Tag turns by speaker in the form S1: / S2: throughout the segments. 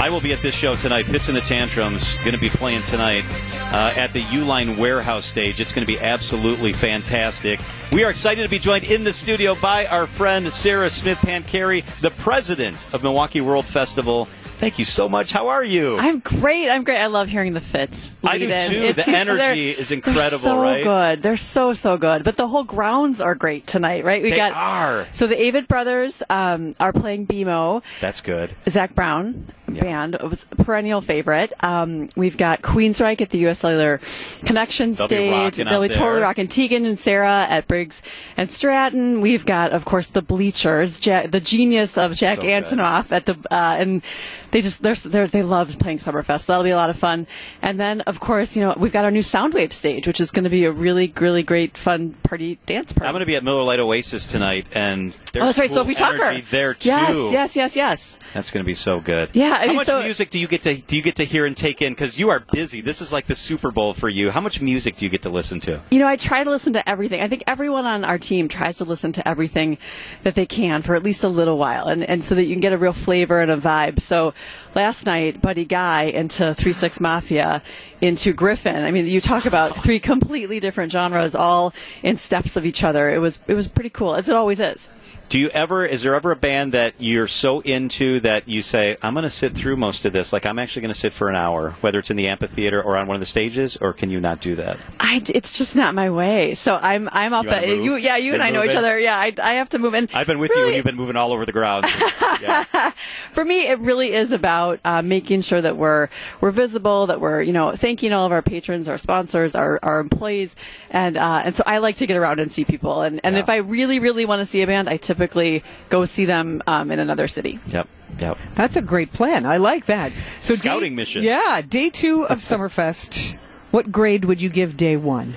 S1: I will be at this show tonight. Fits in the Tantrums going to be playing tonight uh, at the Uline Warehouse stage. It's going to be absolutely fantastic. We are excited to be joined in the studio by our friend Sarah Smith Pancari, the president of Milwaukee World Festival. Thank you so much. How are you?
S2: I'm great. I'm great. I love hearing the fits.
S1: I do
S2: Lead in.
S1: too. The
S2: just-
S1: energy
S2: they're-
S1: is incredible,
S2: they're so
S1: right?
S2: good. They're so so good. But the whole grounds are great tonight, right? We
S1: They
S2: got
S1: are.
S2: So the Avid Brothers um, are playing BMO.
S1: That's good.
S2: Zach Brown band, it was a perennial favorite. Um, we've got Queensryche at the U.S. Cellular Connection
S1: They'll be
S2: stage.
S1: rocking out
S2: They'll be totally
S1: there.
S2: rocking. Tegan and Sarah at Briggs and Stratton. We've got, of course, the Bleachers, Jack, the genius of Jack
S1: So good.
S2: Antonoff at the, uh, and they just they're, they're they loved playing Summerfest. That'll be a lot of fun. And then, of course, you know we've got our new Soundwave stage, which is going to be a really really great fun party dance party.
S1: I'm going to be at Miller Lite Oasis tonight, and there's
S2: Oh, that's right,
S1: cool
S2: Sophie Tucker.
S1: energy there too.
S2: Yes, yes, yes, yes.
S1: That's going to be so good.
S2: Yeah,
S1: How
S2: I mean,
S1: much
S2: so-
S1: music do you get to do you get to hear and take in? Because you are busy. This is like the Super Bowl for you. How much music do you get to listen to?
S2: You know, I try to listen to everything. I think everyone on our team tries to listen to everything that they can for at least a little while, and, and so that you can get a real flavor and a vibe. So last night, Buddy Guy into Three Six Mafia, into Griffin. I mean, you talk about three completely different genres, all in steps of each other. It was it was pretty cool, as it always is.
S1: Do you ever? Is there ever a band that you're so into that you say, "I'm going to sit through most of this. Like I'm actually going to sit for an hour, whether it's in the amphitheater or on one of the stages, or can you not do that?
S2: I d it's just not my way. So I'm I'm up
S1: You wanna
S2: at
S1: move?
S2: you. Yeah, you
S1: And
S2: and, I know
S1: move
S2: each
S1: it?
S2: other. Yeah, I, I have to move. And
S1: I've been with you,
S2: really-
S1: and you've been moving all over the ground. Yeah.
S2: for me, it really is about uh, making sure that we're we're visible, that we're you know thanking all of our patrons, our sponsors, our, our employees, and uh, and so I like to get around and see people. And and
S1: Yeah.
S2: if I really really want to see a band, I typically go see them um, in another city.
S1: Yep. Yep.
S3: That's a great plan. I like that. So
S1: Scouting
S3: day,
S1: mission.
S3: Yeah, day two of Summerfest. What grade would you give day one?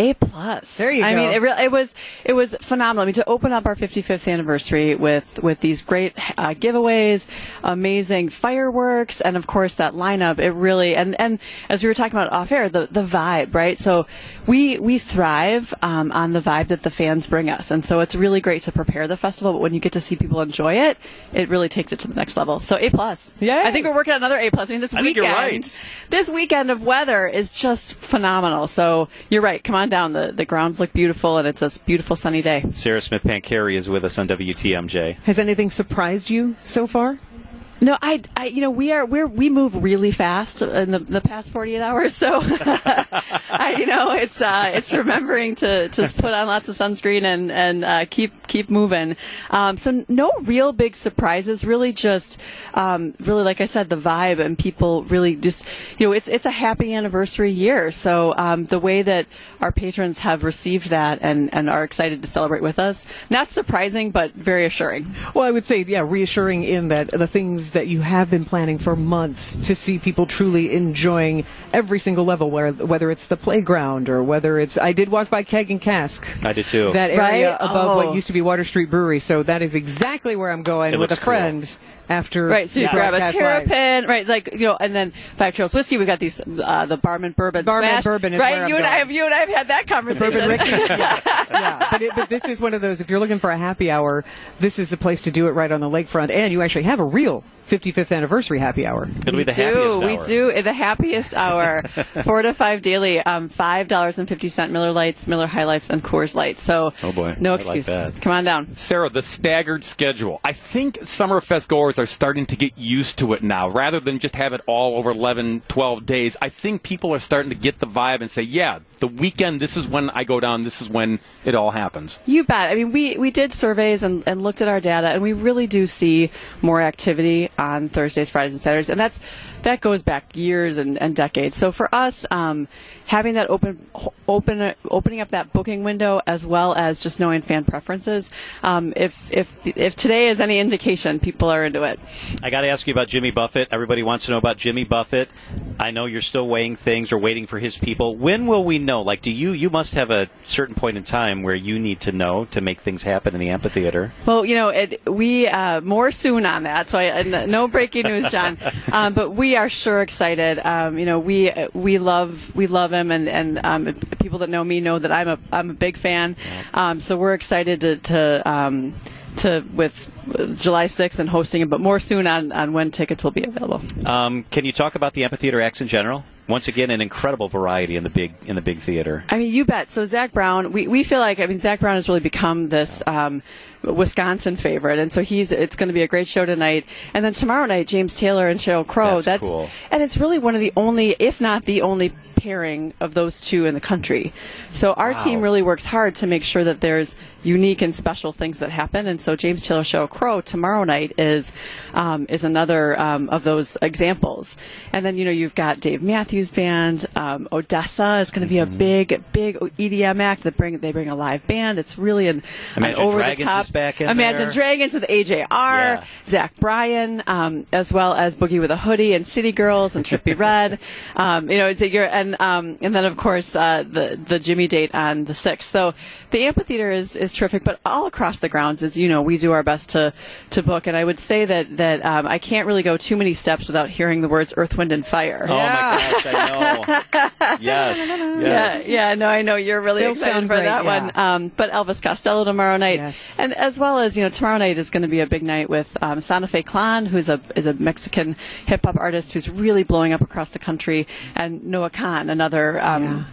S2: A plus.
S3: There you
S2: I
S3: go.
S2: mean, it, re- it was it was phenomenal. I mean, to open up our 55th anniversary with with these great uh, giveaways, amazing fireworks, and of course that lineup. It really and and as we were talking about off air, the the vibe, right? So we we thrive um, on the vibe that the fans bring us, and so it's really great to prepare the festival. But when you get to see people enjoy it, it really takes it to the next level. So A plus.
S3: Yay.
S2: I think we're working on another A plus. I mean, this
S1: I think
S2: weekend
S1: you're right.
S2: this weekend of weather is just phenomenal. So you're right. Come on down. The the grounds look beautiful, and it's a beautiful sunny day.
S1: Sarah Smith Pancari is with us on WTMJ.
S3: Has anything surprised you so far?
S2: No, I, I you know, we are we're we move really fast in the, the past 48 hours. So I, you know, it's uh, it's remembering to to put on lots of sunscreen and and uh, keep keep moving. Um, so no real big surprises. Really, just um, really like I said, the vibe and people really just you know, it's it's a happy anniversary year. So um, the way that our patrons have received that and and are excited to celebrate with us, not surprising, but very assuring.
S3: Well, I would say, yeah, reassuring in that the things that you have been planning for months to see people truly enjoying every single level, where, whether it's the playground or whether it's. I did walk by Keg and Cask.
S1: I did too.
S3: That area
S2: Right?
S3: above
S2: Oh.
S3: what used to be Water Street Brewery. So that is exactly where I'm going
S1: It
S3: with a
S1: looks cool.
S3: friend after.
S2: Right, so you
S3: Yeah.
S2: grab a
S3: Broadcast Live.
S2: terrapin, right? Like you know, and then Five Trails whiskey. We've got these uh, the Barman bourbon.
S3: Barman
S2: Smash,
S3: Bourbon is
S2: right.
S3: where I'm
S2: you and I
S3: going.
S2: have you and I have had that conversation.
S3: Bourbon Ricky. yeah. yeah. But, it, but this is one of those, if you're looking for a happy hour, this is the place to do it right on the lakefront. And you actually have a real 55th anniversary happy hour.
S1: It'll be the
S2: do.
S1: happiest
S2: We
S1: hour.
S2: do at the happiest hour, four to five daily, um, five dollars and fifty cent Miller Lights, Miller High Lifes, and Coors Lights. So,
S1: Oh, boy. I
S2: no
S1: like
S2: excuse.
S1: that.
S2: Come on down.
S4: Sarah, the staggered schedule. I think Summerfest goers are starting to get used to it now. Rather than just have it all over 11, 12 days, I think people are starting to get the vibe and say, yeah, the weekend, this is when I go down, this is when it all happens.
S2: You bet. I mean, we, we did surveys and, and looked at our data, and we really do see more activity on Thursdays, Fridays, and Saturdays, and that's that goes back years and, and decades. So for us, um, having that open open opening up that booking window as well as just knowing fan preferences, um, if if if today is any indication, people are into it.
S1: I got to ask you about Jimmy Buffett. Everybody wants to know about Jimmy Buffett. I know you're still weighing things or waiting for his people. When will we know? Like, do you you must have a certain point in time where you need to know to make things happen in the amphitheater?
S2: Well, you know, it, we uh, more soon on that. So I, n- no breaking news, John. Um, but we are sure excited. Um, you know, we we love we love him, and and um, people that know me know that I'm a I'm a big fan. Um, so we're excited to to, um, to with July 6th and hosting it, but more soon on on when tickets will be available.
S1: Um, can you talk about the amphitheater acts in general? Once again, an incredible variety in the big in the big theater.
S2: I mean, you bet. So Zach Brown, we, we feel like I mean Zach Brown has really become this um, Wisconsin favorite, and so he's it's going to be a great show tonight, and then tomorrow night James Taylor and Cheryl Crow.
S1: That's cool.
S2: and it's really one of the only, if not the only, pairing of those two in the country. So our team really works hard to make sure that there's unique and special things that happen. And so James Taylor Cheryl Crow tomorrow night is um, is another um, of those examples. And then you know you've got Dave Matthews Band, um, Odessa is going to be a
S1: Mm-hmm.
S2: big big EDM act that bring they bring a live band. It's really an,
S1: Imagine
S2: an over the
S1: Dragons
S2: top.
S1: is back in
S2: Imagine
S1: there.
S2: Dragons with AJR,
S1: Yeah.
S2: Zach Bryan, um, as well as Boogie with a Hoodie and City Girls and Trippy Red. Um, you know, it's your and um, and then of course uh, the the Jimmy date on the sixth. So the amphitheater is is terrific, but all across the grounds, as you know, we do our best to to book. And I would say that that um, I can't really go too many steps without hearing the words Earth, Wind, and Fire.
S1: Oh my gosh, I know. yes, yes.
S2: Yeah, yeah, no, I know you're really
S3: They'll
S2: excited
S3: sound
S2: for
S3: great,
S2: that
S3: yeah.
S2: one. Um, but Elvis Costello tomorrow night,
S3: Yes.
S2: and as well as you know, tomorrow night is going to be a big night with um, Santa Fe Clan, who's a is a Mexican hip hop artist who's really blowing up across the country, and Noah Khan, another. Um,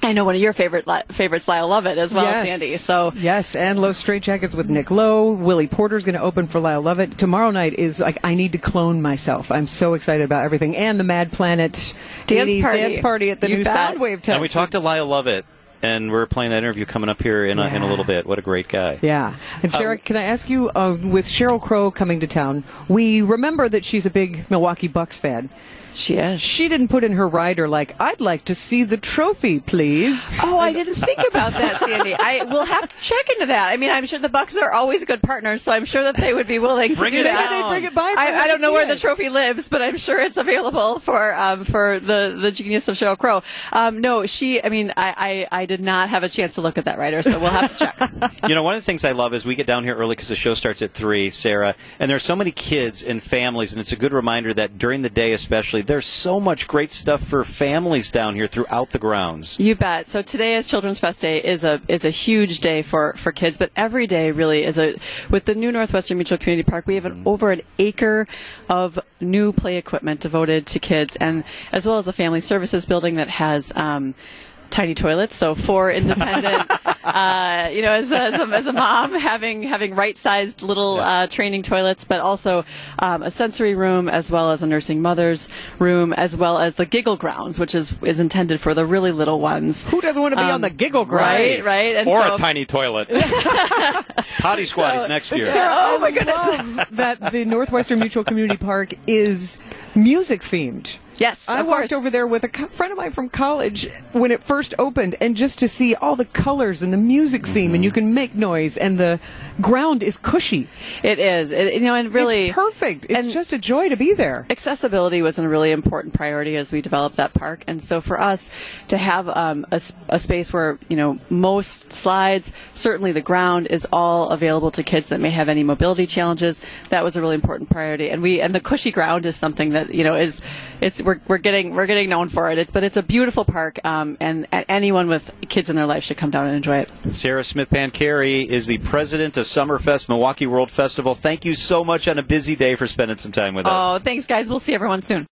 S2: I know one of your favorite li- favorites, Lyle Lovett, as well,
S3: yes.
S2: Sandy. So
S3: yes, and Low Straight Jackets with Nick Lowe. Willie Porter's going to open for Lyle Lovett tomorrow night. Is like I need to clone myself. I'm so excited about everything and the Mad Planet
S2: Dance
S3: 80s
S2: party.
S3: dance party at the
S2: You
S3: new
S2: bet.
S3: Soundwave
S1: And
S3: tent.
S1: we talked to Lyle Lovett, and we're playing that interview coming up here in a, in a
S3: Yeah.
S1: little bit. What a great guy.
S3: Yeah. And Sarah,
S2: Um,
S3: can I ask you, uh, with Cheryl Crow coming to town, we remember that she's a big Milwaukee Bucks fan.
S2: she is.
S3: She didn't put in her rider like, I'd like to see the trophy, please.
S2: Oh, I didn't think about that, Sandy. I will have to check into that. I mean, I'm sure the Bucks are always good partners, so I'm sure that they would be willing
S1: Bring
S2: to do
S1: it down.
S2: that.
S1: Maybe they bring
S3: it by for
S2: I, I don't know where the
S3: ICS.
S2: trophy lives, but I'm sure it's available for um, for the the genius of Cheryl Crow. Um, no, she. I mean, I, I I did not have a chance to look at that writer, so we'll have to check.
S1: You know, one of the things I love is we get down here early because the show starts at three, Sarah, and there's so many kids and families, and it's a good reminder that during the day, especially, there's so much great stuff for families down here throughout the grounds.
S2: You bet. So today is Children's Fest Day is a is a huge day for for kids, but every day really is a with the new Northwestern Mutual Community Park, we have an, over an acre of new play equipment devoted to kids and as well as a family services building that has um tiny toilets so four independent uh, you know as a, as, a, as a mom having having right sized little uh, training toilets but also um, a sensory room as well as a nursing mother's room as well as the giggle grounds which is is intended for the really little ones
S3: Who doesn't want to be
S2: Um,
S3: on the giggle grind?
S2: Right, right. And
S4: or
S2: so,
S4: a tiny toilet.
S1: Potty Squatties next year.
S3: oh my goodness. that the Northwestern Mutual Community Park is music themed.
S2: Yes,
S3: I
S2: of
S3: walked
S2: course.
S3: over there with a co- friend of mine from college when it first opened, and just to see all the colors and the music theme, and you can make noise, and the ground is cushy.
S2: It is. It, you know, and really
S3: it's perfect. It's
S2: and-
S3: just a joy to be there.
S2: accessibility was a really important priority as we developed that park. And so for us to have um, a, s- a space where, you know, most slides, certainly the ground is all available to kids that may have any mobility challenges, that was a really important priority. And we, and the cushy ground is something that, you know, is, it's, we're, we're getting, we're getting known for it. It's, but it's a beautiful park. Um, and, and anyone with kids in their life should come down and enjoy it.
S1: Sarah Smith Pancari is the president of Summerfest Milwaukee World Festival. Thank you so much on a busy day for spending some time with us.
S2: Oh, thanks guys. We'll see everyone soon.